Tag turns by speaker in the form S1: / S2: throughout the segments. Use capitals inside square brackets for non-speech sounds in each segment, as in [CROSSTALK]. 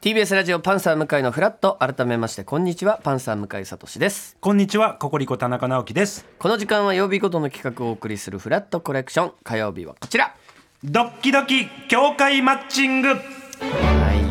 S1: TBS ラジオパンサー向井のフラット改めましてこんにちはパンサー向井聡です
S2: こんにちは、ココリコ田中直樹です。
S1: この時間は曜日ごとの企画をお送りするフラットコレクション火曜日はこちら
S2: ドッキドキ協会マッチング。
S1: はい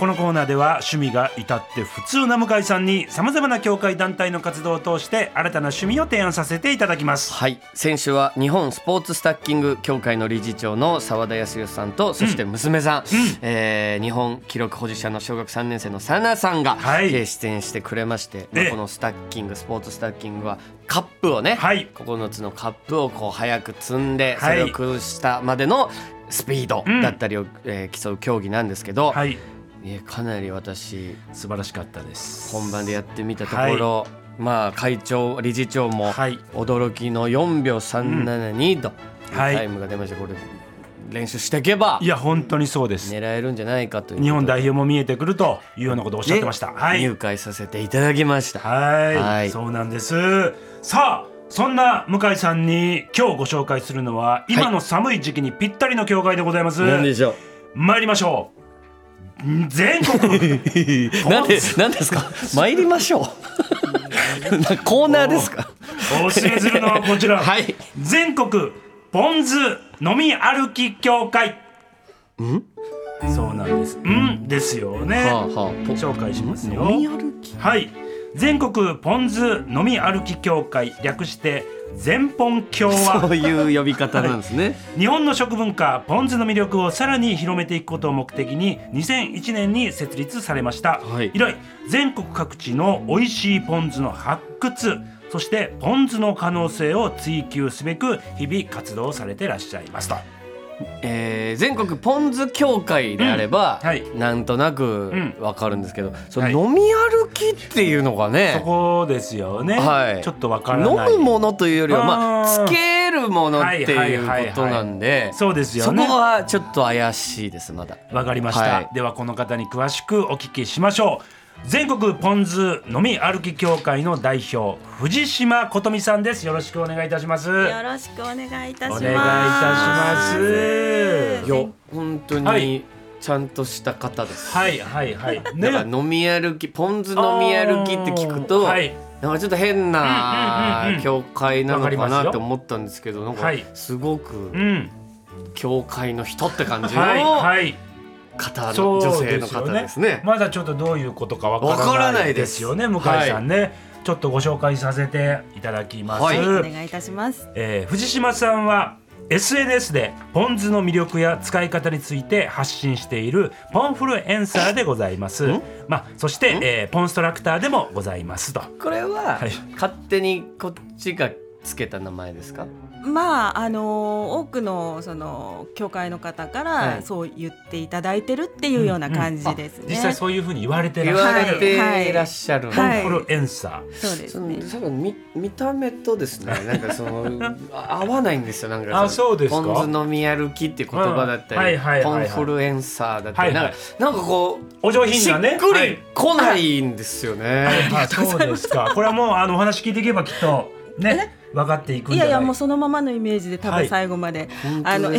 S2: このコーナーでは趣味が至って普通な向井さんにさまざまな協会団体の活動を通して新たな趣味を提案させていただきます。
S1: はい先週は日本スポーツスタッキング協会の理事長の澤田康義さんとそして娘さん、えー日本記録保持者の小学3年生のサナさんが、
S2: はい
S1: えー出演してくれまして、まあ
S2: ええ
S1: このスタッキングスポーツスタッキングはカップをね、
S2: はい
S1: 9つのカップをこう早く積んでそ
S2: はい
S1: れを崩したまでのスピードだったりを、えー競う競技なんですけど、
S2: はい、
S1: えーかなり私
S2: 素晴らしかったです
S1: 本番でやってみたところ、まあ会長理事長も
S2: はい
S1: 驚きの4秒372という
S2: はい
S1: タイムが出ました、これ練習していけば
S2: いや、本当にそうです。
S1: 狙えるんじゃないかという
S2: 日本
S1: こと
S2: 代表も見えてくるというようなことをおっしゃってました。
S1: で
S2: はい。
S1: 入会させていただきました、
S2: はい
S1: はい
S2: そうなんですさあそんな向井さんに今日ご紹介するのは今の寒い時期にぴったりの教会でございます、
S1: なんでしょ
S2: 参りましょうん全
S1: [LAUGHS]
S2: 国
S1: うなんでなんですか参りま
S2: [LAUGHS]
S1: しょうなコーナーですか
S2: お教えするのはこちら、
S1: はい
S2: 全国ポン酢飲み歩き協会そうなんですうんですよね、
S1: はあはあポ
S2: 紹介しますよ
S1: 飲み歩き
S2: はい全国ポン酢飲み歩き協会略して全本協和
S1: そういう呼び方なんですね、
S2: 日本の食文化ポン酢の魅力をさらに広めていくことを目的に2001年に設立されました、
S1: はい
S2: 以来全国各地の美味しいポン酢の発掘そしてポン酢の可能性を追求すべく日々活動をされてらっしゃいますと
S1: えー全国ポン酢協会であれば、
S2: うんはい
S1: なんとなく
S2: ん
S1: わかるんですけど、その
S2: はい
S1: 飲み歩きっていうのが
S2: そ
S1: ね、
S2: こですよね、
S1: はい
S2: ちょっとわから
S1: 飲
S2: ない
S1: むものというよりはまあ
S2: あー
S1: つけるものっていう
S2: はいはいはいはい
S1: ことなんで
S2: そうですよね
S1: そこはちょっと怪しいですまだ
S2: わかりました、
S1: はい
S2: ではこの方に詳しくお聞きしましょう全国ポン酢飲み歩き協会の代表藤島琴美さんですよろしくお願いいたします
S3: よろしくお願いいたします。
S2: お願いいたします
S1: いや本当
S2: は
S1: に
S2: い
S1: ちゃんとした方です、
S2: はいは
S1: [LAUGHS]
S2: いはい。
S1: だから飲み歩きポン酢飲み歩きって聞くと、
S2: はい、
S1: なんかちょっと変
S2: うんうんうん
S1: な
S2: うん
S1: 教会なのか
S2: わかります
S1: な
S2: よ
S1: って思ったんですけどなんか
S2: はい
S1: すごく
S2: うん、
S1: 教会の人って感じの
S2: はい
S1: 方
S2: はい。
S1: の女
S2: そう
S1: 性の
S2: ですよ
S1: 方ですね。
S2: まだちょっとどういうことかわ
S1: わか
S2: からら
S1: な
S2: ないい
S1: で
S2: ですすよね、向井さんね。ちょっとご紹介させていただきます。
S1: はい
S3: お願いいたします。
S2: えー藤島さんは SNS でポン酢の魅力や使い方について発信しているポンフルエンサーでございます。まあそして、えーポンストラクターでもございますと。
S1: これは
S2: はい
S1: 勝手にこっちがつけた名前ですか？
S3: まああのー多くのその教会の方か
S1: はい
S3: らそう言っていただいてるっていうような感じですね。
S2: 実際そういうふうに言われてら
S1: 言
S2: っし
S1: わ
S2: ゃ
S1: れ
S2: る、
S1: ていらっしゃる。
S3: はいはい
S2: ポンフルエンサー。
S3: そうです
S1: その
S3: ね。
S1: 多分見見た目とです
S2: [LAUGHS]
S1: ねなんかそのあ合わないんですよなんかの
S2: あそうですか
S1: ポン酢飲み歩きっていう言葉だった
S2: うんは
S1: り、
S2: いはい
S1: ポ
S2: はいは
S1: ン
S2: い
S1: フルエンサーだったり、
S2: はい
S1: な
S2: はい
S1: んかなんかこう
S2: お上品なね
S1: しっく
S2: は
S1: り
S2: い
S1: 来ないんですよね、
S2: あそうですか。これはもうあのお話聞いていけばきっとね分かっていくん
S3: い
S2: じゃな
S3: や
S2: い
S3: いやもうそのままのイメージで多
S2: は
S3: 分
S2: い
S3: 最後まで、
S1: 本当
S3: あの
S1: で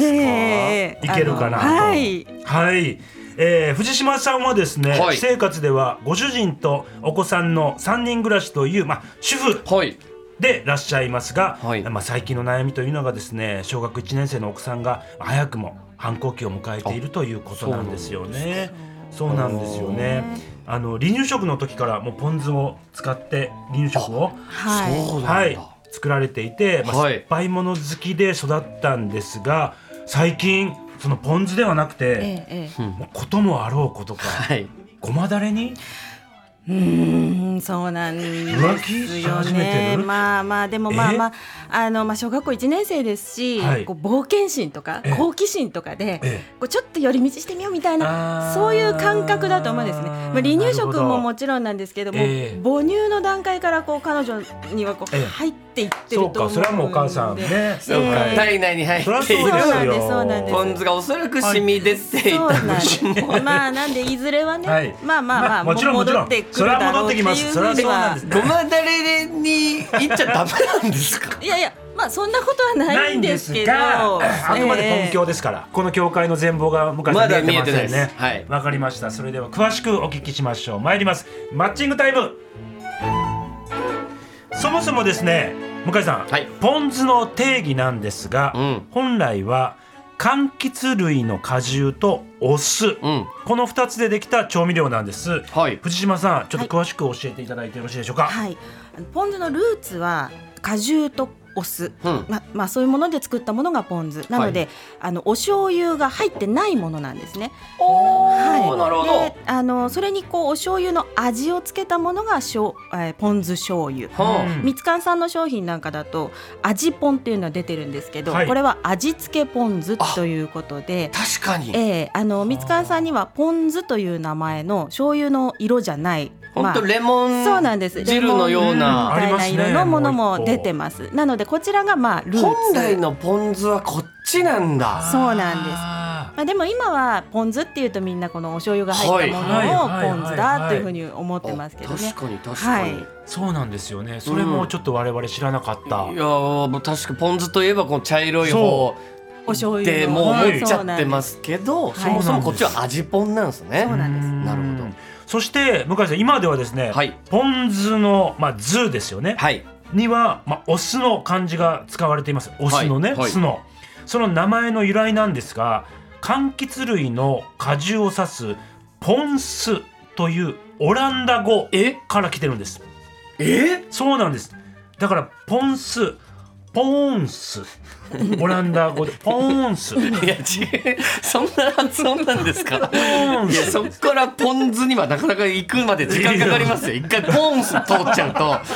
S1: すか
S2: いけるかな
S3: あのはい。
S2: はい。えー藤島さんはですね、
S1: はい
S2: 私生活ではご主人とお子さんの3人暮らしという、まあ、主婦
S1: はい
S2: でらっしゃいますが、
S1: はい
S2: まあ、最近の悩みというのがですね小学1年生の奥さんが早くも反抗期を迎えているということなんですよね。そうなんですよねあの離乳食の時からもうポン酢を使って離乳食を
S3: はい。
S1: そうなんだ、
S2: はい、作られていて、まあ
S1: はい
S2: 酸っぱいもの好きで育ったんですが最近そのポン酢ではなく
S3: え
S2: て、
S3: ええ
S2: もうこともあろうことか、
S1: はい
S2: ごまだれに
S3: え。うーんそうなんで
S2: 浮気
S3: す
S2: し
S3: よ
S2: 始め
S3: ね
S2: て。る
S3: まあまあでも
S2: え
S3: まあまああのまあ小学校一年生ですし、
S2: はい
S3: こう冒険心とか
S2: ええ
S3: 好奇心とかで。
S2: え
S3: こうちょっと寄り道してみようみたい
S2: あ
S3: な
S2: ー
S3: そういう感覚だと思うんですね。まあ、離乳
S2: なるほ
S3: 食
S2: ど
S3: ももちろんなんですけども、
S2: ええ
S3: 母乳の段階からこう彼女にはこう
S2: ええ
S3: 入っていっ
S2: え
S3: てると
S2: そうんかそ
S3: 思うで、
S2: れはもうお母さんね
S1: そうか、
S2: はい
S1: 体内に入
S2: そりゃ
S1: っ
S2: そう
S1: てい
S2: です
S1: る
S2: よ
S3: そうなんですそう
S1: ポ
S3: なん
S1: ン
S3: で
S1: 酢
S3: す
S1: がおそらく染み出てい
S3: そう
S1: た
S3: なん
S1: 部
S2: [LAUGHS]
S3: で
S1: 分も
S3: す。まあなんでいずれはね、
S2: はい
S3: まあまあまあ、
S2: まあもちろん
S3: 戻
S2: も
S3: っ
S2: ちろ
S3: て
S2: ん
S3: くるだろうっていうふうに
S2: それは戻ってきますそれはそうなんです
S1: ごまだれに行っちゃダメなんですか
S3: いやいやまあそんなことはないんですけど
S2: が、 [CLEARS THROAT] あくまで根拠ですから、この教会の全貌が向井さ
S1: ま
S2: ん見
S1: だ
S2: え
S1: 見
S2: て
S1: え
S2: ま
S1: て
S2: せん
S1: ない
S2: ね。
S1: ですはい
S2: わかりました。それでは詳しくお聞きしましょう。参ります。マッチングタイム。そもそもですね、向井さん、
S1: はい
S2: ポン酢の定義なんですが、
S1: うん
S2: 本来は柑橘類の果汁とお酢、
S1: うん
S2: この二つでできた調味料なんです。
S1: はい
S2: 藤島さん、ちょっと詳しく教えていただいてよろしいでしょうか。
S3: はい、あのポン酢のルーツは果汁とお酢、
S1: うん
S3: ままあ、そういうもので作ったものがポン酢なので、
S1: は
S3: あのお醤油が入ってないものなんですね。
S1: お
S3: はい
S1: ーなるほど
S3: であのそれにこうお醤油の味をつけたものがしょう、えーポン酢醤油。
S1: は
S2: うん
S3: みつかんさんの商品なんかだと味ポンっていうのは出てるんですけど、
S2: はい
S3: これは味付けポン酢ということで
S1: あ、確かに
S3: えー、あのみつかんさんにはポン酢という名前の醤油の色じゃない、
S1: 本当レモン
S3: そうなんです
S1: 汁のよう
S2: レモン
S1: な
S2: あり
S3: みたい
S2: ま
S3: な
S2: すね
S3: 色のもの
S2: もう一
S3: も
S2: 個
S3: 出てます。なのでこちらがまあルーツ。
S1: 本来のポン酢はこっちなんだ
S3: そうなんです
S2: あー
S3: まあでも今はポン酢っていうとみんなこのお醤油が入ったも
S2: はい
S3: のをポン酢だというふうに思ってますけどね
S1: 確。かに確か
S3: はい
S1: に、。
S2: そうなんですよね。それもちょっと我々知らなかった。
S1: い、やーもう確かポン酢といえばこの茶色い方
S3: お醤油
S1: で
S3: の
S1: もう
S2: はい
S1: 思っちゃってますけど、
S3: い
S1: そもそもこっちは味ポンなんですね
S3: そうなんです
S1: なるほど。
S2: そして向井さん今ではですね、
S1: はい
S2: ポン酢のまあ酢ですよね。
S1: はい
S2: にはまあお酢の漢字が使われています。お酢のね、
S1: はいはい
S2: 酢のその名前の由来なんですが、柑橘類の果汁を指すポン酢というオランダ語
S1: え
S2: から来てるんです。
S1: え
S2: そうなんです。だからポン酢、ポーン
S1: [LAUGHS]
S2: 酢、オランダ語でポーン酢。
S1: いや違う [LAUGHS] そんな発音なんですか
S2: ポーン
S1: いや
S2: 酢
S1: そっからポン酢にはなかなか行くまで時間かかりますよ一回ポン酢通っちゃう
S2: [LAUGHS]
S1: と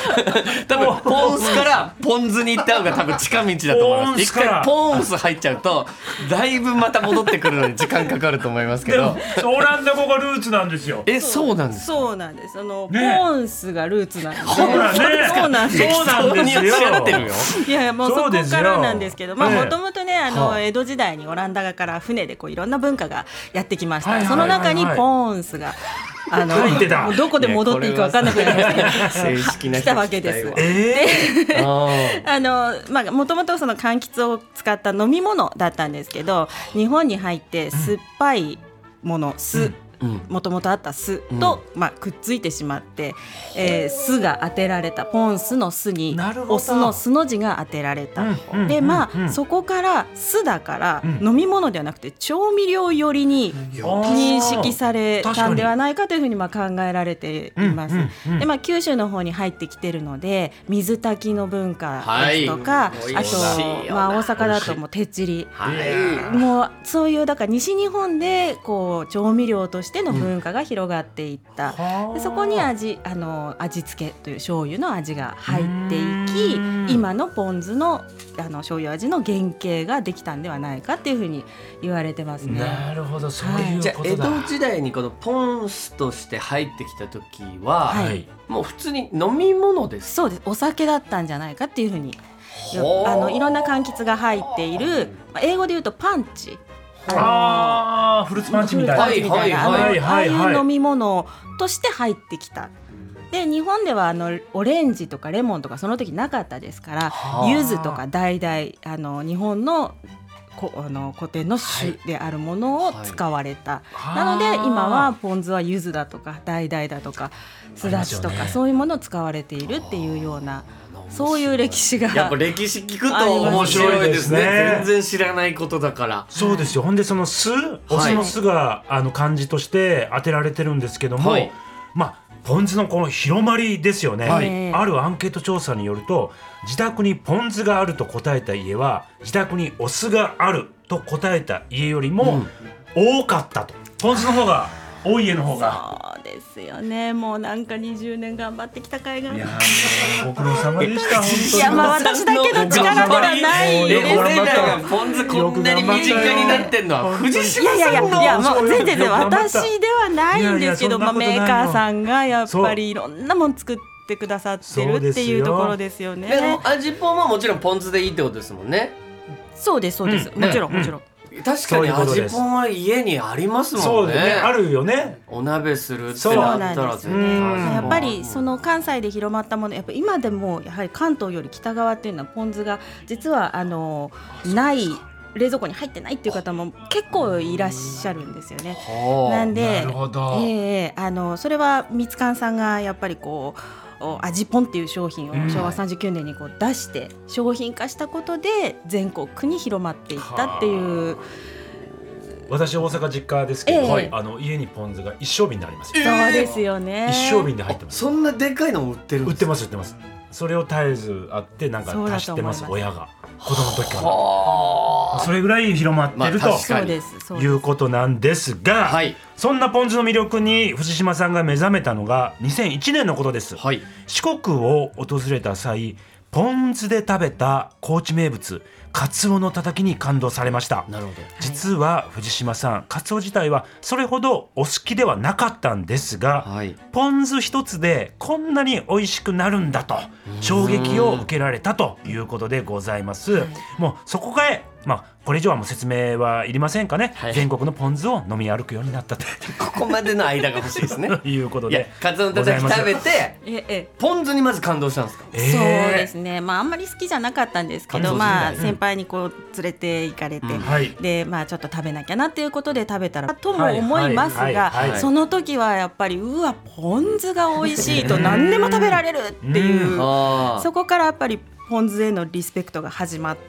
S1: 多分ポン酢からポン酢に行った方が多分近道だと思い
S2: ポ
S1: ま
S2: ン
S1: す
S2: 酢
S1: 一
S2: から
S1: 回ポン酢入っちゃうとだいぶまた戻ってくるのに時間かかると思いますけ
S2: でも
S1: ど
S2: オランダ語がルーツなんですよ。
S1: えそうなんです
S3: そうなんです。その、
S2: ね
S3: ポン酢がルーツなんです。
S2: ほらね
S3: そうなんです。
S2: [LAUGHS] そうなんですよ
S1: 適当におっしゃってるよ
S3: いやいやもうそ
S2: そ
S3: こ
S2: うですよ
S3: からなんですけど、まあ
S2: ええ
S3: もともとねあの、
S1: はあ
S3: 江戸時代にオランダから船でこういろんな文化がやってきました。
S2: はいはいは
S3: そ
S2: いは
S3: の
S2: い
S3: 中にポーンスが。
S2: [LAUGHS]
S3: あの
S2: 入ってた
S3: もうどこで戻っていいか分かんなくなりましたけど
S1: 正式な人
S3: 来たわけです
S1: 聞きたいわ
S2: ええ
S1: あ
S3: あのまあもともとその柑橘を使った飲み物だったんですけど日本に入って酸っぱいもの、酢
S1: ーうん
S3: もともとあった酢と、まあ、くっついてしまって、えー酢が当てられたポン酢の酢に
S2: なるほど
S3: お酢の酢の字が当てられた、
S2: うんうん
S3: でまあ、
S2: うんうん
S3: そこから酢だから、
S2: うん
S3: 飲み物ではなくて調味料寄りに認識され
S2: 確か
S3: た
S2: に
S3: んではないかというふうにまあ考えられています。
S2: うんうんうん
S3: でまあ、九州の方に入ってきてるので水炊きの文化ですと
S1: は
S3: か、
S1: い
S3: あ
S1: 美味しいよ
S3: と、
S1: な
S3: まあ、大阪だともう手ちり
S1: はい
S3: もうそういうだから西日本でこう調味料としての文化が広がっていった、でそこに味あの味付けという醤油の味が入っていう
S2: ーん
S3: き今のポン酢のあの醤油味の原型ができたんではないかっていうふうに言われてますね。
S2: なるほどそういう
S1: じゃあ
S2: こ
S1: 江
S2: とだ、
S1: 戸時代にこのポン酢として入ってきた時は、
S3: はい
S1: もう普通に飲み物です
S3: そうですお酒だったんじゃないかっていうふうに
S1: ほう
S3: あのいろんな柑橘が入っているまあ英語で言うとパンチ
S2: あーフルーツパンチみたいな、
S1: はい
S3: あの
S2: はい
S3: ああ
S2: はいいはいう
S3: 飲み物として入ってきた。で日本ではあのオレンジとかレモンとかその時なかったですから
S1: はあ
S3: 柚子とか大々あの日本のこあの古典の種であるものを使われた、
S2: はい
S3: なの
S2: はあ
S3: で今はポン酢は柚子だとか大々だとかすだちと
S2: ありますよ
S3: か、
S2: ね
S3: そういうものを使われているっていうようなそういう歴史が
S1: [LAUGHS] やっぱ歴史聞くと面白いですね
S2: ありますね
S1: 全然知らないことだから
S2: そうですよほんでその酢お酢の酢が、あの漢字として当てられてるんですけども、
S1: はい
S2: まあポン酢のこの広まりですよね、
S3: はい
S2: あるアンケート調査によると自宅にポン酢があると答えた家は自宅にお酢があると答えた家よりも多かったと、ポン酢の方が多い家の方が
S3: そうですよねもうなんか20年頑張ってきた甲斐があ
S2: い
S3: る
S2: やーもうご苦労様でした。本当
S3: い
S2: に
S3: やまあ私だ
S1: [LAUGHS]
S3: けの力ではない
S1: レ
S3: で
S1: レ
S3: すね
S1: ーダーがポン酢こんなに身近になってんのは藤
S3: いや
S1: 島
S3: いやい
S1: さ
S3: や
S1: ん
S3: いやもう全然全然私ではないんですけ
S2: いやいやそんなこと
S3: どまあ、
S2: ない
S3: メ
S2: よ
S3: ーカーさんがやっぱりいろんなもん作ってくださってるっていうところですよ
S1: で
S3: ね
S1: も味ぽんはもちろんポン酢でいいってことですもんね
S3: そうですそうです、
S2: うん
S3: もちろん、
S2: うん
S3: もちろん、
S1: 確か
S2: そう
S1: に
S2: いうこと
S1: 味
S2: です
S1: ぽんは家にあります
S2: そ
S1: も
S2: うん
S1: ね
S2: だねあるよね
S1: お鍋するって
S2: そう
S1: なったら絶対
S2: うん
S1: 味ぽん
S3: やっぱりその関西で広まったものやっぱ今でもやはり関東より北側っていうのはポン酢が実はあのない冷蔵庫に入ってないっていう方も結構いらっしゃるんですよね。
S1: はあ
S3: なん
S4: な
S3: で
S4: るほど、
S3: ええあのそれは三つ勘さんがやっぱりこうお味ぽんっていう商品を
S2: うん
S3: 昭和39年にこう出して商品化したことで全国に広まっていったっていう
S2: 私大阪実家ですけど、
S3: ええ
S2: あの家にポン酢が一升瓶でありますよ、
S3: そうですよね。
S2: 一升瓶で入ってます
S1: そんなでかいのも売ってるん
S2: 売っ
S1: です
S2: てます売ってますそれを絶えずあってなんか
S3: そうだ
S2: 足
S3: と
S2: し
S3: 思
S2: て
S3: いま
S2: ますす親が子供の時か
S1: は
S2: ら
S1: あ
S2: それぐらい広まってると、
S1: まあ確か
S3: そうですそう
S2: い
S3: です。
S2: うことなんですが、
S1: はい
S2: そんなポン酢の魅力に藤島さんが目覚めたのが2001年のことです、
S1: はい
S2: 四国を訪れた際ポン酢で食べた高知名物カツオのたたきに感動されました
S1: なるほど
S2: 実は藤島さんカツオ自体はそれほどお好きではなかったんですが、
S1: はい
S2: ポン酢一つでこんなに美味しくなるんだと衝撃を受けられたということでございますもうそこがえまあこれ以上はもう説明はいりませんかね、
S1: はい
S2: 全国のポン酢を飲み歩くようになったと
S1: ここまでの間が欲しいですね
S2: いうこと
S1: いや
S2: で
S1: カツオのたたき食べて
S3: ええええ
S1: ポン酢にまず感動したんですか
S2: えー
S3: そうですね、まあ、あんまり好きじゃなかったんですけ
S1: 感動するん
S3: ど、
S1: だ
S3: まあ、先輩にこう連れて行かれて、
S1: うん
S2: はい
S3: でまあ、ちょっと食べなきゃなっていうことで食べたらと
S2: は
S3: も
S2: い
S3: 思います
S2: はいはい
S1: は
S3: が
S1: い
S3: その時はやっぱりうわポン酢が美味しいと何でも食べられるっていうう
S1: ああ
S3: そこからやっぱりポン酢へのリスペクトが始まったっ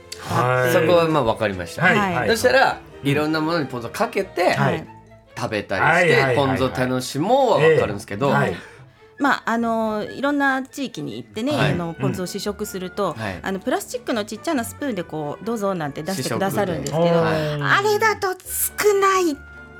S3: て
S1: そ
S3: いう
S1: こはまあ分かりました、
S2: はい、
S3: はい
S1: そしたらいろんなものにポン酢をかけて、
S2: はい
S1: 食べたりして、
S2: はいはいはい
S1: ポン酢を楽しもうは分かるんですけど、
S2: はい
S3: まあ、あのいろんな地域に行ってね、
S1: はい
S3: あのポン酢を試食すると、
S1: はい
S3: あのプラスチックのちっちゃなスプーンでこうどうぞなんて出してくださるんですけ
S1: 試食
S3: ど、
S1: で
S3: あれだと少ない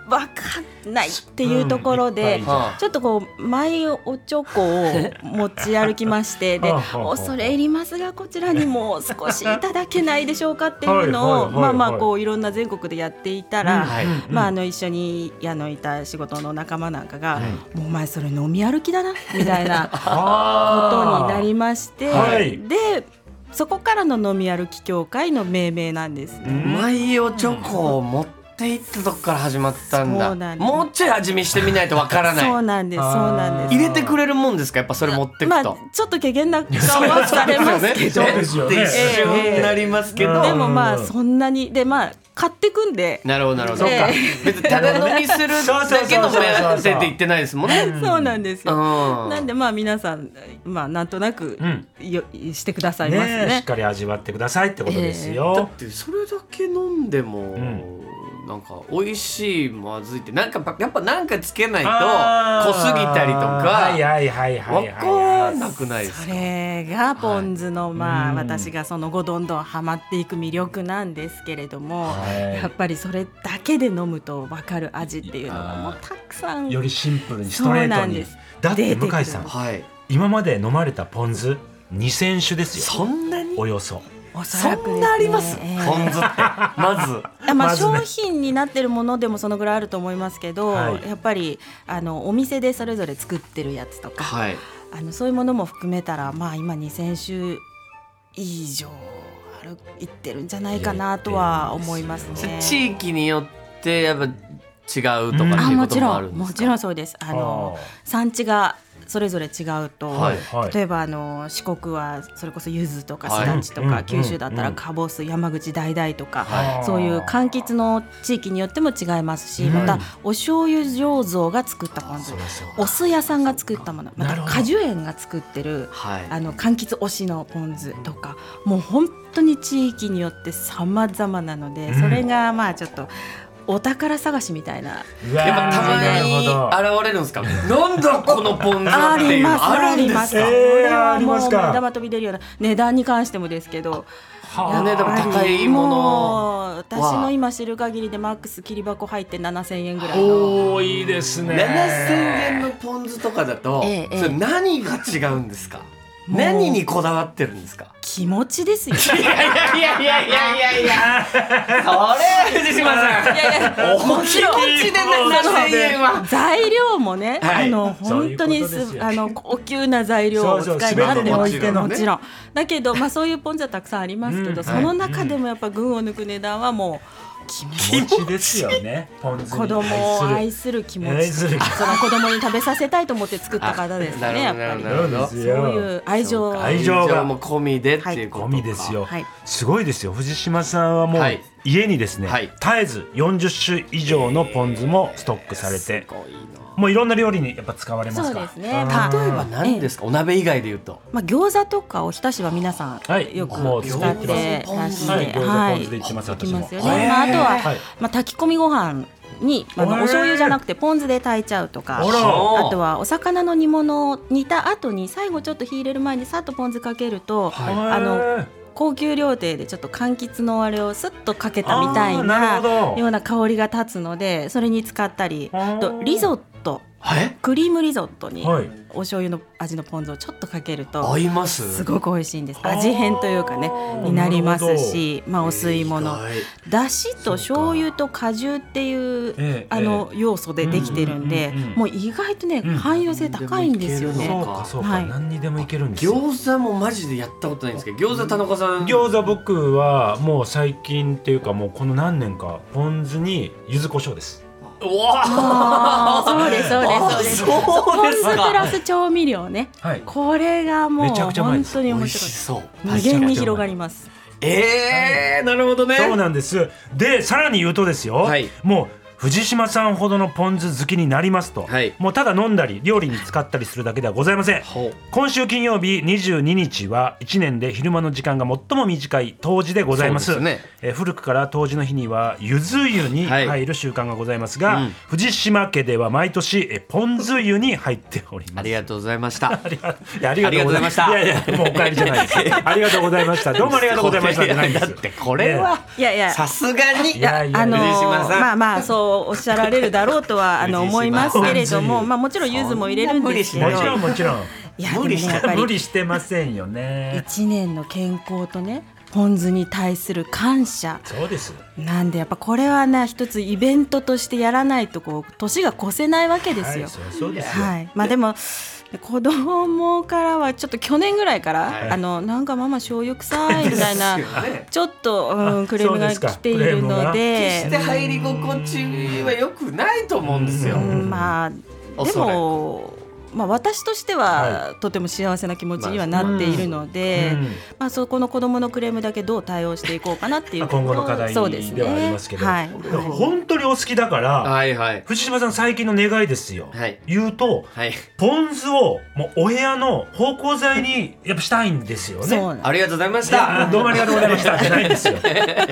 S3: わかんないっていうところ
S2: う
S3: で
S2: んいっ。ぱい
S1: はあ
S3: ちょっとこうマイおチョコを持ち歩きましてで
S2: はあはあはあ
S3: 恐れ入りますがこちらにもう少しいただけないでしょうかっていうの
S2: はいはいはいは
S3: を
S2: い
S3: まあまあこういろんな全国でやっていたら、
S1: はい
S2: うん
S3: まあ、あの一緒にあのいた仕事の仲間なんかが「もうお前それ飲み歩きだな」みた
S2: [LAUGHS]
S3: いなことになりまして、
S2: はい
S3: でそこからの飲み歩き協会の命名なんですね。
S2: うん
S1: マイオチョコを持っていったとこから始まったん
S3: そ
S1: だ
S3: うなんです
S1: もうちょい味見してみないと分からな
S3: そう
S1: い
S3: なんです、
S2: あ
S3: そ
S2: ー
S3: うなんです。
S1: 入れてくれるもんですかやっぱそれ持ってくと、
S3: まあ、ちょっと怪げな顔はされますけど
S2: [LAUGHS] そうですよね
S1: って一瞬になりますけど、
S2: うん
S3: でもまあ
S2: うん
S3: そんなにでまあ買ってくんで、
S1: なるほどなるほど、
S3: そうか
S1: 別にただ飲みするだけの目当てって言ってないですもんね、
S3: [LAUGHS] そうなんです
S1: うん
S3: よ、なんでまあ皆さんまあなんとなく
S2: うん
S3: よ、してくださいます
S2: ねえしっ
S3: ね
S2: かり味わってくださいってことです
S1: だ
S2: よ
S1: っ。てそれだけ飲んでも、
S2: ん
S1: なんか美味しいまずいってなんかやっぱなんかつけないと
S2: あー
S1: 濃すぎたりとか、
S2: はいはいはいはい
S1: 分
S2: はい
S1: か
S2: は
S1: んなくないです
S3: そ
S1: か
S3: れがポン酢のまあ、
S2: うん
S3: 私がその後どんどんハマっていく魅力なんですけれども、
S2: い
S3: やっぱりそれだけで飲むと分かる味っていうのがもうたくさん
S2: よりシンプルにストレ
S3: そう
S2: ー
S3: な
S2: ト
S3: ん
S2: に
S3: です。
S2: だって
S3: 出てくる
S2: 向井さん
S1: はい
S2: 今まで飲まれたポン酢2000種ですよ。
S1: そんなに
S2: およそ。
S3: おそらくで
S1: そ
S3: すね
S1: んなあります、
S3: ええ
S1: ポン酢ってまず
S3: あまあ
S2: まず
S3: 商
S2: ね
S3: 品になってるものでもそのぐらいあると思いますけど、
S2: はい
S3: やっぱりあのお店でそれぞれ作ってるやつとか、
S1: はい
S3: あのそういうものも含めたらまあ今2000種以上あるいってるんじゃないかなとは思いますね。
S1: 地域によってやっぱ違うとかって
S2: うん
S3: あ
S1: いう
S3: も
S1: こと
S3: ち
S1: も
S3: ろ
S1: ある
S3: ん
S1: んで
S3: も
S1: す
S3: ち
S1: か、
S3: ろんそうです。あの産地がそれぞれ違うと、
S1: はい
S2: はい
S3: 例えばあの四国はそれこそ柚子とか
S1: はい
S3: すだちと
S2: うん
S3: か、
S2: うん
S3: 九州だった
S2: う
S3: ら
S2: ん
S3: かぼす山口橙と
S1: は
S3: か、
S1: い
S2: あー
S3: そういう柑橘の地域によっても違いますし、
S2: うん
S3: またお醤油醸造が作ったポン酢
S2: そうかそうか
S3: お酢屋さんが作ったものま
S2: なる
S3: た
S2: ほど
S3: 果樹園が作ってる
S1: はい
S3: あの柑橘推しのポン酢とかもう本当に地域によって様々なので、
S2: うん
S3: それがまあちょっとお宝探しみたいな
S2: うわー
S1: やっぱた
S2: なるほど
S1: まに現れるんですかなんだこのポン酢は
S3: [LAUGHS] あ
S1: ってい
S3: り
S1: うの
S3: ます
S1: あ
S3: あ
S1: るん
S3: り
S1: で
S3: ますす、
S1: か
S2: え
S3: こ
S2: ー
S3: れはも
S2: あ
S3: う
S2: ります
S3: 目
S2: か
S3: 玉飛び出るような値段に関してもですけど
S2: は
S1: お
S2: あ
S1: 値段も高いもの
S3: もう私の今知る限りでマックス切り箱入って7000円ぐらいの。
S2: 多いですね。
S1: 7000円のポン酢とかだと、
S3: ええ
S1: それ何が違うんですか
S3: もう
S1: 何にこだわってるんですか
S3: 気持ちですよ。
S1: いやいやいやいやいやい [LAUGHS] やそれ藤島さん
S3: いやいやもちろん
S1: こっちで7000円は
S3: 材料もね、
S1: はい
S3: あの
S2: そういう
S3: 本当
S2: こと
S3: に
S2: ですよ
S3: すあの高級な材料をお使いになっ
S1: そ
S3: て
S1: うそう
S3: も
S1: 全ての
S3: も
S1: もち
S3: ちろんだけどまあそういうポン酢はたくさんありますけど、
S2: うん
S3: その
S1: は
S3: 中
S1: い
S3: でもやっぱ群を抜く値段はもう気持
S2: 気持ちですよねポン酢に
S3: 子供を
S2: 愛
S3: 愛する気持
S2: 愛
S3: ち
S2: する
S3: その子供に食べさせたいと思って作った方ですねや
S1: あ
S3: っ
S1: な
S3: ぱ
S1: るほ
S3: り
S1: ど
S2: するそうですよ
S3: そういう愛情
S2: そう
S1: 愛情
S2: 愛情
S1: が
S2: が
S1: も込みでっていうこと
S2: ゴ
S1: か
S2: ミですよ、
S3: はい
S2: すごいですよ藤島さんはもう
S1: はい
S2: 家にですね、
S1: はい
S2: 絶えず40種以上のポン酢もストックされて
S1: す、ごいな
S2: もういろんな料理にやっぱ使われますか
S3: そうですね
S2: ん
S3: た
S1: 例えば何ですかお鍋以外で言うと
S3: まあ餃子とかおひたしは皆さ
S2: はい
S3: んよく
S2: もう
S3: 使って
S1: 餃子ポン酢
S2: はい
S3: 出し
S2: 餃
S3: て
S2: 子
S3: は
S2: ポン酢でいってます、
S3: で
S2: 私
S3: きま
S2: も
S3: すよ
S2: は
S3: ね。
S2: い
S3: まああと
S2: は
S3: はいまあ炊き込みご飯にあの
S2: へー
S3: お醤油じゃなくてポン酢で炊いちゃうとか。
S2: あら
S3: あとはお魚の煮物を煮た後に最後ちょっと火入れる前にさっとポン酢かけると
S1: はい
S2: はい
S3: あの高級料亭でちょっと柑橘のあれをスッとかけたみたい
S2: あーな
S3: な
S2: るほど
S3: ような香りが立つのでそれに使ったり
S2: あー
S3: あとリゾット
S1: え
S3: クリームリゾットに
S2: はい
S3: お醤油の味のポン酢をちょっとかけると
S1: 合います
S3: すごく美味しいんです
S2: あー
S3: 味変というかねになりますし、まあ、お吸い物
S1: えー意
S3: だしと醤油と果汁っていう、
S2: ええ
S3: あの要素でできてるんで、
S2: うんうんうんうん
S3: もう意外とね、
S2: うん
S3: 汎用性高いんですよ
S1: 何でもいける。
S3: ね
S2: そうかそうか、
S3: はい
S2: 何にでもいけるんですよ
S1: 外餃子もマジでやったことないんですけど餃子田中さん
S2: 餃子僕はもう最近っていうかもうこの何年かポン酢に柚子胡椒です
S1: うわ
S3: あーそうですそうですそうです。
S1: あそう
S3: ポン
S1: です
S3: 酢
S1: か
S3: プラス調味料ね。
S2: はい
S3: これがもう
S2: めちゃくちゃうまい
S3: 本
S2: です
S3: 当に
S1: 美
S3: 面
S1: 味
S3: 白い
S1: し。そう
S3: 無限に広がります。
S1: えーなるほどね
S2: そうなんですでさらに言うとですよ、
S1: はい
S2: もう藤島さんほどのポン酢好きになりますと、
S1: はい
S2: もうただ飲んだり料理に使ったりするだけではございません
S1: ほう
S2: 今週金曜日22日は1年で昼間の時間が最も短い冬至でございます
S1: そうですね
S2: えー古くから冬至の日にはゆず湯に入る習慣がございますが、
S1: はいうん
S2: 藤島家では毎年えーポン酢湯に入っております
S1: ありがとうございました
S2: いやありがとうございました。
S1: ありが
S2: やいや、もうお帰りじゃな
S1: [LAUGHS]
S2: いです。ありがとうございました。どうもありがとうございました。じゃないんです
S1: だってこれはい
S3: やいや。
S1: さすがに
S2: いやいや
S3: あの
S1: 藤島さん
S3: まあまあそうおっしゃられるだろうとはあの思いますけれど
S2: 藤
S3: も、
S2: 島
S3: まあもちろん柚子も入れるんですけど、
S1: そ
S2: も
S3: い
S1: ん
S2: ち
S1: な無理しない
S2: ろんもちろん。
S3: やでもねやっぱり
S2: 無理してませんよね。
S3: 一年の健康とねポン酢に対する感謝
S2: そうです。
S3: なんでやっぱこれはね一つイベントとしてやらないとこう年が越せないわけですよ。
S2: そ
S3: は
S2: うそうで
S3: い、
S2: すよ。
S3: まあでも子供からはちょっと去年ぐらいから、
S1: はい
S3: あのなんかママ醤油臭いみた
S1: [LAUGHS]
S3: いな
S1: ですよね
S3: ちょっと、うん、クレームが
S2: そうです
S3: 来
S2: か
S3: ているの
S2: ク
S3: で
S1: 決して入り心地は良くないと思うんですよ
S3: う。んまあで
S1: おそら
S3: も、まあ、私としては、
S2: は
S3: とても幸せな気持ちにはなっているので、
S2: うんうん
S3: まあ、そこの子どものクレームだけどう対応していこうかなっていう
S2: まあ
S3: とこ
S2: 今
S3: ろ
S2: 後の課題
S3: そうですね
S2: ではありますけど。
S3: はい
S2: でも本当にお好きだから、
S1: はいはい
S2: 藤島さん最近の願いですよ
S1: はい。
S2: 言うと、
S1: はい。
S2: ポン酢をもうお部屋の芳香剤にやっぱしたいんですよね。
S3: そうなん
S1: ありがとうございました。
S2: あどうもありがとうございました。じゃないんです
S3: [LAUGHS]
S2: よ。違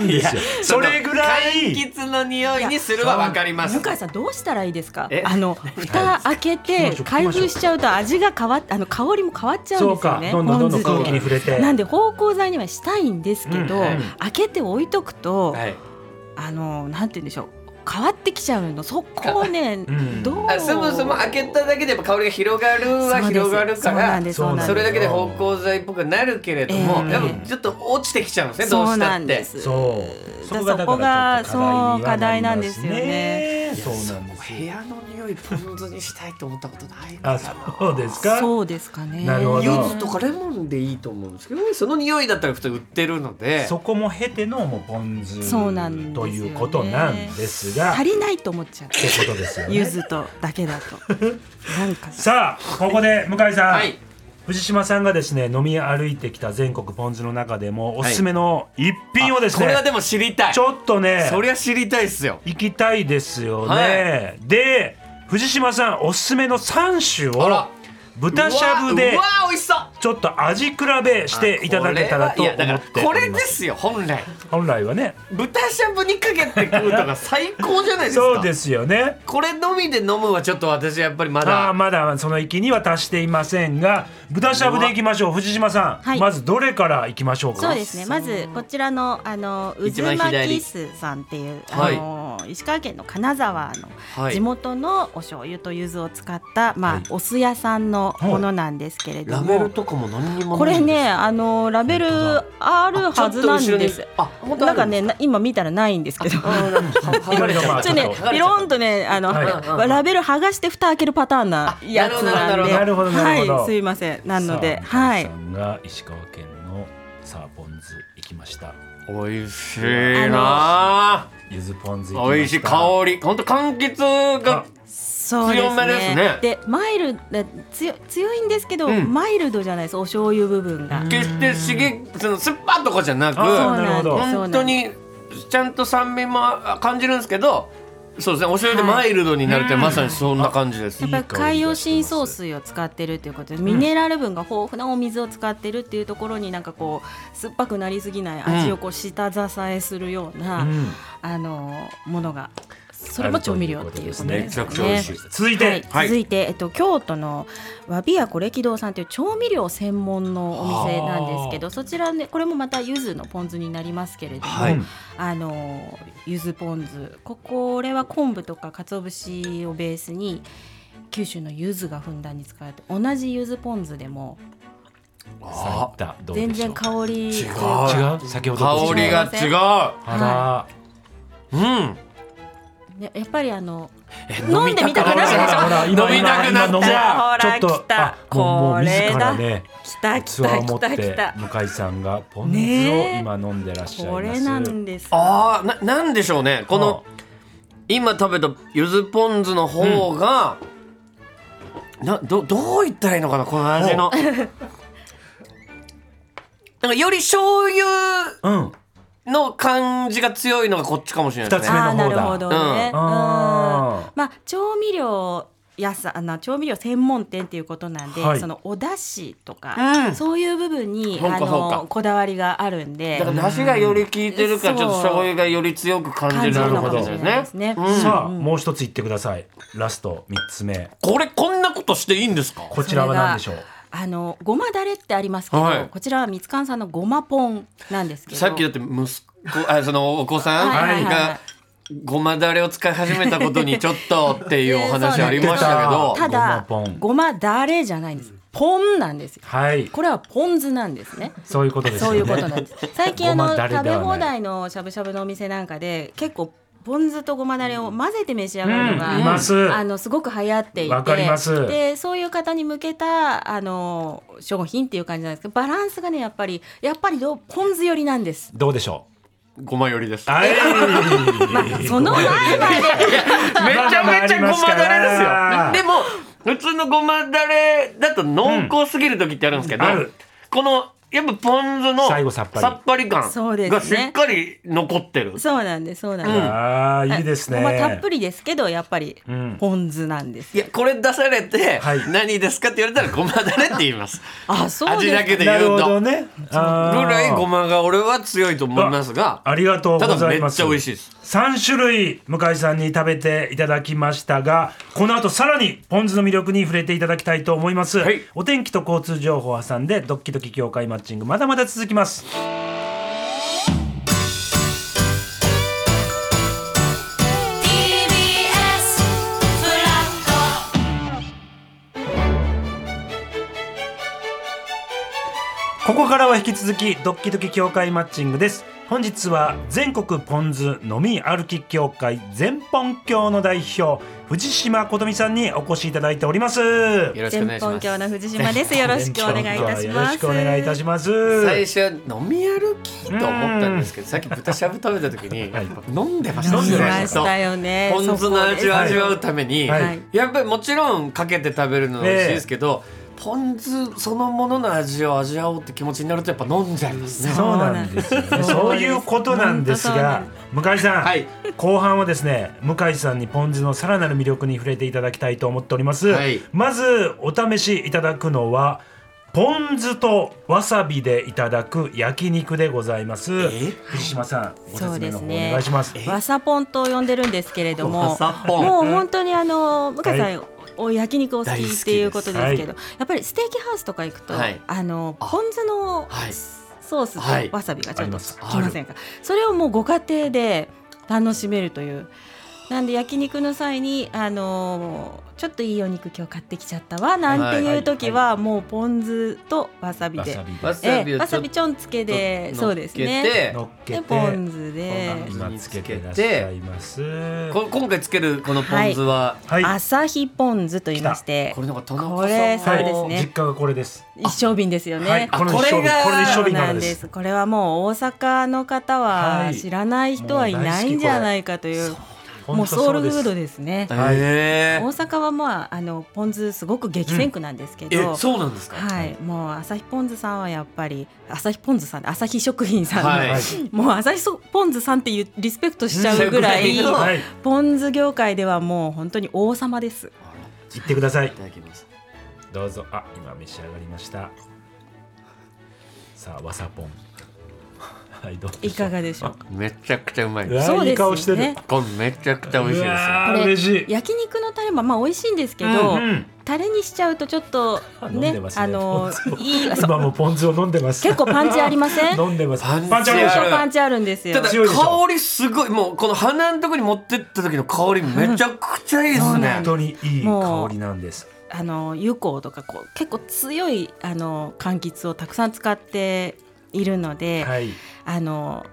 S2: うんですよ。それぐら
S1: 柑
S2: い。
S1: 橘の匂いにするはわかります。
S3: 向井さんどうしたらいいですか
S1: え
S3: あの蓋開け
S2: 聞きま
S3: て
S2: しょう
S3: 開封しちゃうと味が変わっあの香りも変わっちゃう
S2: そ
S3: んで
S2: う
S3: すよ
S2: か。
S3: ね
S2: どんどんどんどん
S3: ポ
S2: 空
S3: ン酢
S2: 気
S3: で
S2: に触れて。
S3: なんで芳香剤にはしたいんですけど、
S2: うんうん
S3: 開けて置いとくと、
S1: はい。
S3: あのなんて言うんでしょう変わってきちゃうのそこをね、
S2: ん
S3: どう
S1: あそもそも開けただけでやっぱ香りが広がるは広がるか
S3: そうな
S1: ら
S3: ん。です
S2: そう
S3: そう
S2: なん
S3: なん
S2: す
S1: そ
S3: んで
S1: れだ
S3: す
S1: けで芳香剤っぽくなるけれども、
S3: ええ
S1: やっぱちょっと落ちてきちゃうんですね、どう
S3: そう
S1: し
S3: な
S1: たっ
S3: んで
S1: て。
S3: す
S2: そう。
S3: だからそ
S2: そ
S3: こが
S2: こがだからちょっと
S3: そう課題なんですよね
S2: 課題にはなりますねそうなんです
S1: 部
S2: よ。
S1: 屋の匂いポン酢にしたいと思ったことない
S2: あ、
S1: な。
S2: そうですか。
S3: そうですかね
S2: なるほど
S1: 柚子とかレモンでいいと思うんですけどね、その匂いだったら普通売ってるので。
S2: そこも経てのもうポン酢
S3: そうなんですよね
S2: ということなんですが。
S3: 足
S2: って
S3: りないと思っ
S1: [LAUGHS]
S3: ちゃう
S2: ことですよ
S3: ゆ
S2: ね。
S3: ずとだけだとなんか
S2: さあここで向井さん。
S1: はい。
S2: 藤島さんがですね飲み歩いてきた全国ポン酢の中でもおすすめの一品をです
S1: こ
S2: ね、
S1: れはでも知りたい
S2: ちょっとね
S1: そりゃ知りたいっすよ
S2: 行きたいですよね、
S1: は
S2: で藤島さんおすすめの3種
S1: あ
S2: を
S1: ら
S2: 豚しゃぶ
S1: う
S2: で
S1: わうわ美味しそう
S2: ちょっと味比べしていただけたらと思って
S1: いやだからこ
S2: お
S1: れ
S2: り
S1: で
S2: ます
S1: すよ本来
S2: 本来はね
S1: 豚しゃぶにかけて食うとか最高じゃないですか
S2: そうですよね
S1: これのみで飲むはちょっと私やっぱりま
S2: あー
S1: だ
S2: まだその域には達していませんが豚しゃぶでいきましょう藤島さん、
S3: はい
S2: まずどれからいきましょうか
S3: そうですねまずこちらのあの
S1: 一
S3: 渦
S1: 番
S3: 巻
S1: 左
S3: きすさんっていうあの、石川県の金沢の
S1: はい
S3: 地元のお醤油と柚子を使った、まあ
S2: はい
S3: お酢屋さんのものなんですけれど
S1: ラ
S3: も、
S1: ベルとかも何にも
S3: こ
S1: ない
S3: れ
S1: んです
S3: ねあのラベルあるはずな
S1: あ
S3: んです
S1: ちょっと後ろにあ本当あるんですか
S3: なんかねな今見たらないんです
S1: [LAUGHS]
S3: けど
S1: あーなんか剥がれちゃっ
S3: ち
S1: た
S3: ょっと
S2: ちょ
S3: ね
S2: っ、
S3: ピローンとね、あの、
S2: はい
S3: はラベル剥がして蓋開けるパターンなやつなんで。
S1: あ
S2: なるほどなるほどなるほど
S3: はい、すいません、なので、
S2: さあ
S3: はい
S2: 向井さ。んが石川県のさあポン酢行きました
S1: 美味しいな
S4: ゆずポン酢いきました
S1: 美味しい香り本当柑橘が
S3: そうで
S1: 強
S3: すね
S1: めですね
S3: でマイルド強強いんですけど、
S1: うん
S3: マイルドじゃないですお醤油部分が、
S1: 決して刺激その酸っぱとかじゃなく
S2: あ
S3: そうなんです
S2: なるほど
S1: 本当にちゃんと酸味も感じるんですけどそうですねお醤油でマイルドになるって、まさにそんな感じです
S3: やっぱり海洋深層水を使ってるっていうことでミネラル分が豊富なお水を使ってるっていうところになんかこう酸っぱくなりすぎない味をこう下支えするような、
S2: うん
S3: あのものがそれも調味料っていうこと
S4: め
S3: です
S4: ち
S3: よ
S4: ゃ
S3: ね。
S4: くちゃ美味しい
S2: 続い
S3: はい
S2: て、、
S3: 続いて、えっと、京都の和びやこれき堂さんという調味料専門のお店なんですけどそちらねこれもまた柚子のポン酢になりますけれども、
S1: はい
S3: あの柚子ポン酢ここれは昆布とか鰹節をベースに九州の柚子がふんだんに使われて同じ柚子ポン酢でも
S4: さあどうでしょう
S3: 全然香り
S1: 違う
S3: は
S4: 違う先ほどと
S1: 香りが違う
S4: あら
S1: うん
S3: いねやっぱりあの
S1: え
S3: 飲んでみたくなるでしょ
S1: 飲みたくなる
S3: ほら
S1: 今飲みたくなっ
S2: 今今
S3: た
S2: 飲もう
S3: ほら来た
S2: あもうもう
S3: これだ
S2: 自らね
S3: 来た来
S4: 器
S3: た
S4: を持
S3: 来
S4: った
S3: 来
S4: て
S3: た
S4: 向井さんがポン酢を
S3: ねえ
S4: 今飲んでらっしゃいます
S3: これなんです
S1: あーななんでしょうねこの今食べたゆずポン酢の方が、などどう言ったらいい [LAUGHS] のかなこの味のなんかより醤油
S2: うん
S1: の感じが強いのがこっちかもしれないですね
S2: 二つ
S3: ああー
S2: 爪
S3: な
S2: の方
S3: る
S2: だ
S3: ほどね、
S2: うん
S3: うん
S2: あー
S3: まあ調味料やさあの調味料専門店っていうことなんで、
S2: はい
S3: そのお出汁と
S1: う
S3: か、
S1: ん
S3: そういう部分に
S1: そうか
S3: あ
S1: そうか
S3: のこだわりがあるんで
S1: だから出汁がより効いてるから
S3: うん
S1: ちょっと醤油がより強く感じ
S3: 感
S1: る
S3: じる
S1: の
S3: の
S1: か
S3: か
S1: もし
S3: もし
S1: れ
S3: れ
S1: な
S3: ないい
S1: で
S3: ですす
S1: ね
S3: ね。
S1: うん
S2: さあもう一つ言ってくださいラスト三つ目
S1: これこんなことしていいんですか
S2: こちらは何でしょう
S3: あのごまだれってありますけど、
S1: はい
S3: こちらはみつかんさんのごまポンなんですけど
S1: さっきだって息子あそのお子さんが、
S3: はいはいはい
S1: ごまだれを使い始めたことにちょっとっていうお話ありましたけど
S4: 言
S3: ただ
S4: ごまポン
S3: ごまだれじゃないんですポンなんですよ
S2: はい
S3: これはポン酢なんですね
S4: そういうことですよ
S3: そう
S4: ね
S3: いうことなんです。最近
S4: ご
S3: あの
S4: まだれでは
S3: 食
S4: ない
S3: べ放題のしゃぶしゃぶのお店なんかで結構ポン酢とごまだれを混ぜて召し上がるのが、
S2: うんいます
S3: あのすごく流行っていて、
S2: わかります
S3: でそういう方に向けたあの商品っていう感じなんですけど、バランスがねやっぱりやっぱりどうポン酢寄りなんです。
S4: どうでしょ
S1: ごまよりです
S2: あい
S3: その前まで
S1: めちゃめちゃごまだれですよでも普通のごまだれだと濃厚すぎる時ってあるんですけど、
S2: うんある
S1: このやっぱポン酢の
S4: 最後さっぱり
S1: 感
S3: そうですね
S1: がしっかり残ってる、
S3: そうなんですそうなんです。
S2: あーいいですね
S3: ごまたっぷりですけどやっぱり
S2: ん
S3: ポン酢なんです。
S1: いやこれ出されて、
S2: はい
S1: 何ですかって言われたらごまだれって言い
S2: [LAUGHS]
S1: ます
S3: あそう
S1: 味
S3: です
S1: だけで
S2: なる
S1: 言
S2: ほ
S1: うと
S2: どねぐ
S1: ぐらいごまが俺は強いと思いますが
S2: ありがとうございます。
S1: ただめっちゃ美味しいです。
S2: 三種類向井さんに食べていただきましたが、この後さらにポン酢の魅力に触れていただきたいと思います。
S1: はい
S2: お天気と交通情報を挟んでドッキドキ協会マッチングまだまだ続きます。
S5: TBS フラット
S2: ここからは引き続きドッキドキ協会マッチングです。本日は全国ポン酢飲み歩き協会全本協の代表藤島琴美さんにお越しいただいております。
S1: よろしくお願い
S3: 全
S1: しま
S3: 本
S1: す
S3: 教の藤島です。よろしくお願いいたし
S2: よ
S3: ます。
S2: ろしくお願いいたします。
S1: 最初は飲み歩きと思ったんですけどさっき豚しゃぶ食べた時に
S2: はい
S1: 飲んでましたね
S2: 飲んでま
S3: ましたよね。
S1: ポン酢の味を
S2: は
S1: 味わうために、
S2: はい
S3: はい
S1: やっぱりもちろんかけて食べるのは美味しいですけど、ポン酢そのものの味を味わおうって気持ちになるとやっぱ飲んじゃいますね。
S2: そうなんですよね。
S3: そう
S2: そ
S3: な
S2: うん
S3: です
S2: いうことなんですが、向井さん、
S1: はい
S2: 後半はですね、向井さんにポン酢のさらなる魅力に触れていただきたいと思っております。
S1: はい
S2: まずお試しいただくのは。ポン酢とわさびでいただく焼肉でございます。藤島さん、ご
S3: そう
S2: 説明
S3: で
S2: の方
S3: す
S2: お
S3: ね。
S2: 願いします。
S3: わさぽんと呼んでるんですけれども、も
S1: わさぽん
S3: う本当にあの向井さん、
S2: はい
S3: お焼肉お好きっていうことですけど、やっぱりステーキハウスとか行くと、
S1: はい
S3: あのポン酢の
S1: はい
S3: ソー
S1: はい
S3: スとわさびがちょっ
S1: あり
S3: とき
S1: ます
S3: ませんか。それをもうご家庭で楽しめるという。なんで焼肉の際にあのーちょっといいお肉今日買ってきちゃったわなんていう時は、もうポン酢とわさび
S4: わ
S3: で、
S4: さびで
S1: わさ
S3: え
S1: び
S3: え
S1: を
S3: わ
S1: ち
S3: さ
S1: ょっと
S3: びちょんつけで
S1: 乗
S3: そう
S1: っけ
S3: で
S1: て
S3: すね
S2: 乗っけ
S3: で
S2: て
S3: ポン酢で
S1: ポン
S4: 今つけてらっしゃいます
S1: こ今回つけるこのポン酢は、
S2: はい
S3: 朝日ポン酢と言いまして
S1: これなんか田中さん
S3: これそうです
S1: の
S3: ね
S2: 実家がこれです。
S3: 一升瓶ですよね、
S2: はい、この一
S1: これ
S2: 生
S1: が
S2: 瓶、これで一生
S3: そう
S2: 瓶な
S3: なんん
S2: で。
S3: ですすこれはもう大阪の方は
S2: はい
S3: 知らない人はいないんじゃないかという,、もうソウルフード
S2: で。
S3: ですね
S1: へ
S3: 大
S1: ー
S3: 阪はまああのポン酢すごく激戦区なんですけど、
S1: えそうなんですか、
S3: はい、もう朝日ポン酢さんはやっぱり朝日ポン酢さん朝日食品さんの、
S1: はい
S2: はい
S3: もう朝日ポン酢さんっていうリスペクトしちゃうぐらい
S1: うん
S3: の
S2: はい、
S3: ポン酢業界ではもう本当に王様です。
S2: 行ってください
S1: い。ただきます
S4: どうぞあ今召し上がりましたさあわさぽんはいどうで
S3: い
S4: しょ
S3: か
S4: う
S3: がでしょうか。
S1: めちゃくちゃうまい
S4: あ
S1: で
S4: う
S1: す
S4: わ
S3: そう
S4: い
S3: で
S4: い顔し
S3: す
S4: て
S3: よ
S4: る
S3: ね。
S1: これめちゃくちゃ美味しいで
S4: う
S1: すよ
S4: わ
S3: こ
S4: ー
S3: れ
S4: 嬉しい
S3: 焼肉のタレもまあ美味しいんですけど、
S2: うん
S3: タレにしちゃうとちょっと
S4: 飲ん
S3: ね
S4: でますね
S3: あのいい
S4: 妻もポン酢を飲んでます
S3: 結構パンチありません。
S4: 飲んでます
S1: パンチ
S2: パンチあるでしょ
S3: 結構パンチあるんですよ
S1: ただ。
S4: 強いでしょ
S1: 香りすごいもうこの鼻のとこに持ってった時の香りめちゃくちゃいいですね
S2: 本、当にいい
S3: も
S2: 香
S3: う
S2: りなんです。
S3: あの有効とかこう結構強いあの柑橘をたくさん使っているので、
S2: はい、
S3: あの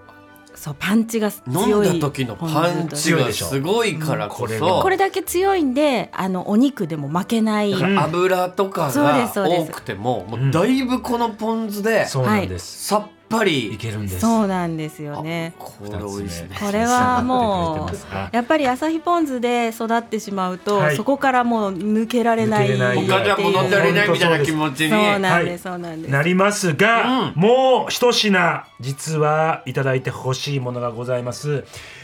S3: そうパンチが
S1: 飲ん
S3: 強い
S1: だ時のパンチがすごいからこ
S2: 強いでし
S1: そ
S2: ょ
S3: これだけ強いんであのお肉でも負けない
S1: だから油とか
S3: そうで
S1: が
S3: すそうで
S1: 多
S3: す
S1: くてもも
S2: ん
S1: うだいぶこのポン酢で
S4: そうなんです、
S1: さっぱ
S4: い、
S1: り
S4: けるんです
S3: そうなんですよね
S1: あこれ美味しいね
S3: これはもう
S4: あ
S3: やっぱり朝日ポン酢で育ってしまうと、
S2: はい
S3: そこからもう抜けられな
S2: 抜
S3: い
S2: けれない
S1: 他じゃ戻ってられないみたいな気持ちに
S3: そう
S1: は
S3: なんです、そうなんです
S2: なりますが、
S1: うん
S2: もう一品実はいただいてほしいものがございます、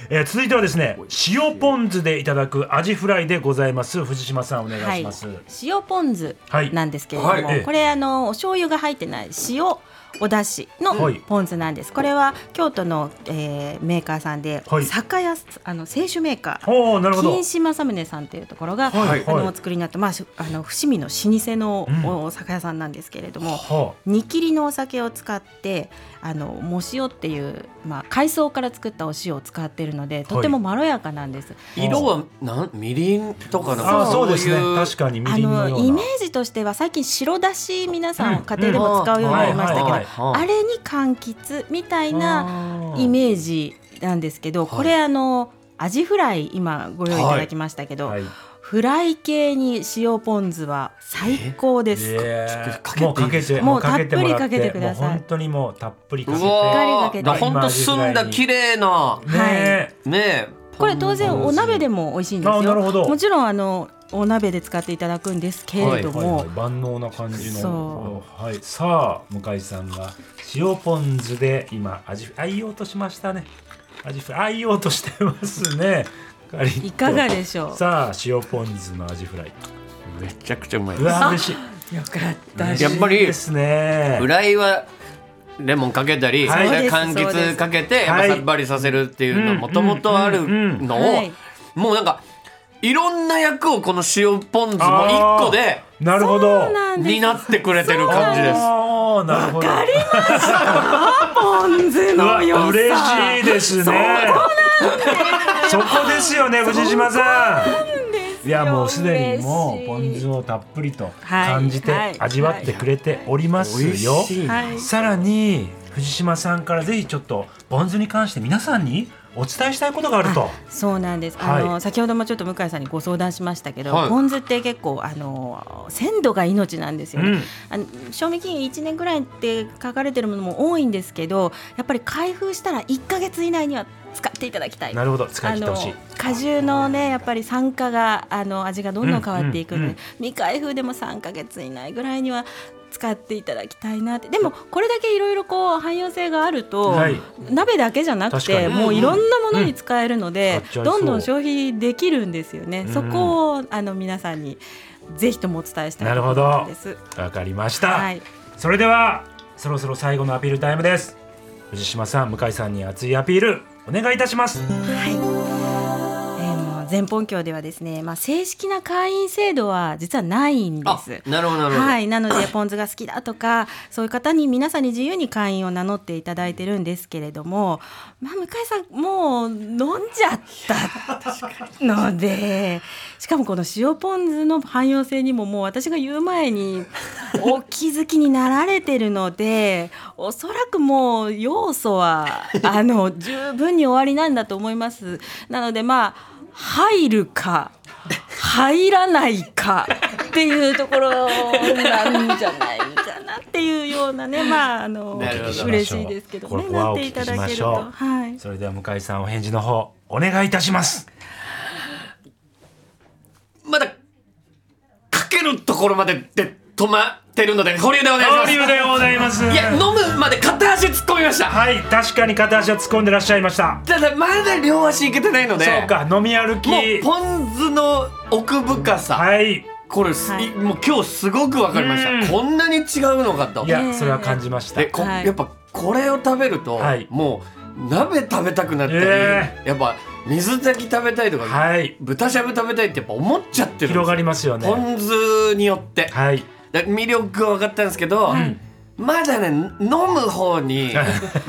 S2: えー続いてはですね塩ポン酢でいただくアジフライでございます藤島さんお願いします、
S3: 塩ポン酢なんですけれども、
S1: はいはい
S2: ええ
S3: これあのお醤油が入ってない塩お出汁
S2: は
S3: の
S2: い
S3: ポン酢なんです。これは京都の、えー、メーカーさんで、
S2: はい
S3: 酒屋あの清酒メーカー
S2: おおなるほど
S3: 金島正宗さんというところが、
S2: はい
S3: あ
S2: はい
S3: のお作りになって、まあし、あの伏見の老舗の
S2: うん
S3: おお酒屋さんなんですけれども、
S2: は
S3: 煮切りのお酒を使ってあの藻塩っていう、まあ、海藻から作ったお塩を使っているのでとてもまろやかなんです。
S1: 色はなんみりんとかなん
S2: あ
S1: か
S2: あーそうですね
S1: いう
S2: 確かにみ
S3: あ
S2: りんのよう
S3: の
S2: な
S3: イメージとしては最近白だし皆さ
S2: うん
S3: ん家庭でも使うようになりましたけど、
S1: は
S2: うんはい
S1: いはい
S3: あれに柑橘みたいな
S2: あー
S3: イメージなんですけど、
S1: はい
S3: これあのアジフライ今ご用意いただきましたけど、
S2: はい
S3: フライ系に塩ポン酢は最高です。
S2: いやー
S1: ちょっとかけていい
S2: もうかけ
S1: ですか
S2: てもうかけてもら
S3: もうたっぷりかけてください
S2: もう本当にもうたっぷりかけ
S1: う
S2: て
S1: わ
S3: しっかりかけ
S1: ー
S3: て
S1: ほんと澄んだ綺麗な
S2: ね
S1: ねえ
S3: これ当然お鍋でも美味しいんです
S2: あ
S3: よ。
S2: なるほど
S3: もちろんあのお鍋で使っていただくんですけれど
S4: はい
S3: も、
S4: はい万能な感じの
S3: そ
S4: はいさあ
S2: 向井さんが塩ポン酢で今味あいようとしましたね味あいようとしてます
S3: [LAUGHS]
S2: ねカリッと
S3: いかがでしょう。
S2: さあ塩ポン酢のアジフライ
S1: めちゃくちゃうまいうです
S2: わ嬉しい
S3: よかった
S2: 嬉しい
S1: やっぱり
S2: ですね
S1: フライはレモンかけたり、
S2: はい
S1: なんか
S3: そ
S1: 柑
S3: うですそうで
S1: 橘
S3: す
S1: かけて、やっ
S2: は
S1: ぱ
S2: い
S1: さっぱりさせるっていうのもともとあるのを、
S3: うんうんはい
S1: もうなんかいろんな役をこの塩ポン酢も1個で
S2: なるほど
S3: そうなんです。
S1: 担ってくれてる感じです。
S2: あーなるほど
S3: ポン酢
S2: う
S3: の
S2: わ
S3: 良さ。
S2: 嬉しいですねそこですよね藤島さんいやもうすでにもうポン酢をたっぷりと感じ
S3: はいは
S2: て
S3: い
S2: 味わってくれております
S1: 美味
S2: よ、
S1: しいな。
S3: はい。
S2: さらに藤島さんからぜひちょっとポン酢に関して皆さんにお伝えしたいことがあると
S3: そうなんです。
S2: はい
S3: あの先ほどもちょっと向井さんにご相談しましたけど、
S1: はい
S3: ポン酢って結構あの鮮度が命なんですよね。
S2: うん
S3: あの賞味期限1年ぐらいって書かれてるものも多いんですけど、やっぱり開封したら1ヶ月以内には使っていただきたい。
S2: なるほど使い切ってほしい
S3: あの果汁のねやっぱり酸化があの味がどんどん変わっていくので、
S2: うんうんうん
S3: 未開封でも3ヶ月以内ぐらいには使っていただきたいなってでもこれだけいろいろこう汎用性があると、
S2: はい
S3: 鍋だけじゃなく
S2: 確かに
S3: てもういろんなものに使えるの
S2: うん
S3: で
S2: 買っ、ちゃいそう
S3: どんどん消費できるんですよね、
S2: うん
S3: そこをあの皆さんにぜひともお伝えしたい
S2: なるほど
S3: なんです。
S2: わかりました、
S3: はい
S2: それではそろそろ最後のアピールタイムです藤島さん向井さんに熱いアピールお願いいたします
S3: はい。えーもう全本協ではですね、まあ、正式な会員制度は実はないんで
S1: あ
S3: す。
S1: なるほどなるほど、
S3: はい、なのでポン酢が好きだとか [CLEARS THROAT] そういう方に皆さんに自由に会員を名乗っていただいてるんですけれども、まあ、向井さんもう飲んじゃったのでしかもこの塩ポン酢の汎用性にももう私が言う前にお気づきになられてるのでおそらくもう要素はあの十分に終わりなんだと思います。なのでまあ入るか入らないかっていうところなんじゃないかなっていうようなねまああの
S1: なるほど
S3: 嬉しいですけどね
S2: ここは
S3: なっ
S2: お
S3: て
S2: 聞
S3: い
S2: き
S3: ただ
S2: しま
S3: ける
S2: し
S3: と
S2: ょう
S3: はい
S2: それでは向井さんお返事の方お願いいたします
S1: まだかけるところまでで止まってるので保留でお願
S2: 交
S1: いし
S2: 流
S1: ます
S2: でございます
S1: いや飲むまで片足突っ込みました、
S2: はい確かに片足を突っ込んでらっしゃいました
S1: ただまだ両足いけてないので
S2: そうか飲み歩き
S1: もうポン酢の奥深さ、
S2: はい
S1: これす、
S3: は
S1: い
S3: い
S1: もう今日すごくわかりまし
S2: うん
S1: たこんなに違うのかと
S2: いや
S3: ね
S2: それは感じました
S1: でこ、
S3: はい
S1: やっぱこれを食べると、
S2: はい
S1: もう鍋食べたくなったり、
S2: え
S1: やっぱ水炊き食べたいとか、
S2: はい
S1: 豚しゃぶ食べたいってやっぱ思っちゃってるんですよ
S2: 広がりますよ
S1: ポ
S2: ね
S1: ン酢によって、
S2: はい
S1: だから魅力は分かったんですけど、まだね飲む方に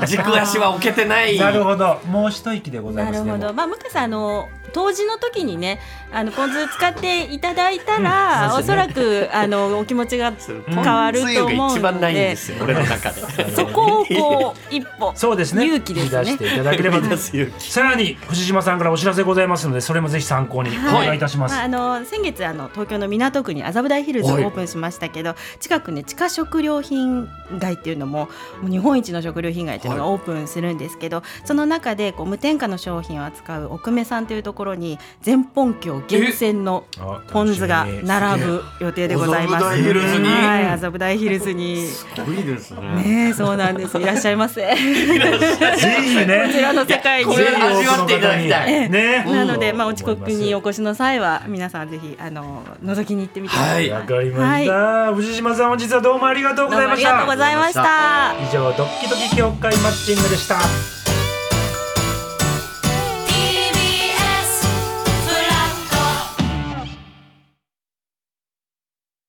S1: 軸足は置けてない
S2: なるほどもう一息でございま
S3: なる
S2: す
S3: ほ
S2: ね
S3: ど、まあ、向井さんあの当時の時にねあのポン酢使っていただいたら、おそらくあのお気持ちが変わる
S1: つ
S3: と
S1: ゆが
S3: 思う
S1: 一
S3: の
S1: 番ないん
S3: で
S1: ですよ俺の中で
S3: そこをこう一
S2: [LAUGHS]
S3: 歩
S2: そうですね
S3: 勇気です
S2: 踏み
S3: ね
S2: 出していただけれ
S1: [LAUGHS]
S2: ば
S1: 出す勇気
S2: さらに藤島さんからお知らせございますのでそれもぜひ参考にお
S3: はい
S2: 願いいたします、
S3: あ、あの先月あの東京の港区に麻布台ヒルズをオ
S1: はい
S3: ープンしましたけど近くね地下食料品街っていうのももう日本一の食料品街っていうのがオープンするんですけど、その中でこう無添加の商品を扱う奥目さんというところに全本郷厳選の
S2: あ
S3: ポン酢が並ぶ予定でございます。
S1: 麻布台ヒルズに
S3: はい、麻布台ヒルズに。
S1: すごいですね
S3: ねえ、そうなんです。いらっしゃい
S1: [LAUGHS]
S3: ませ。こ
S2: ぜひね
S3: ちらの世界に
S1: こ。れ味わっていただきたい
S2: ぜひ多くの方にね
S3: なので、まあ、おちこ
S2: 思
S3: く
S2: い
S3: に
S2: ま
S3: お越しの際は、皆さんぜひ、あの、覗きに行ってみてくださ。
S1: はいい
S2: すわかりました、
S3: はい
S2: 藤島さん本日はどうもありがとうご
S3: どうも
S2: ざいまし
S3: ありがとう
S2: た
S3: ございまし
S1: ありがとうございました
S2: 以上
S3: た。
S2: ドッキドキ協会マッチングでした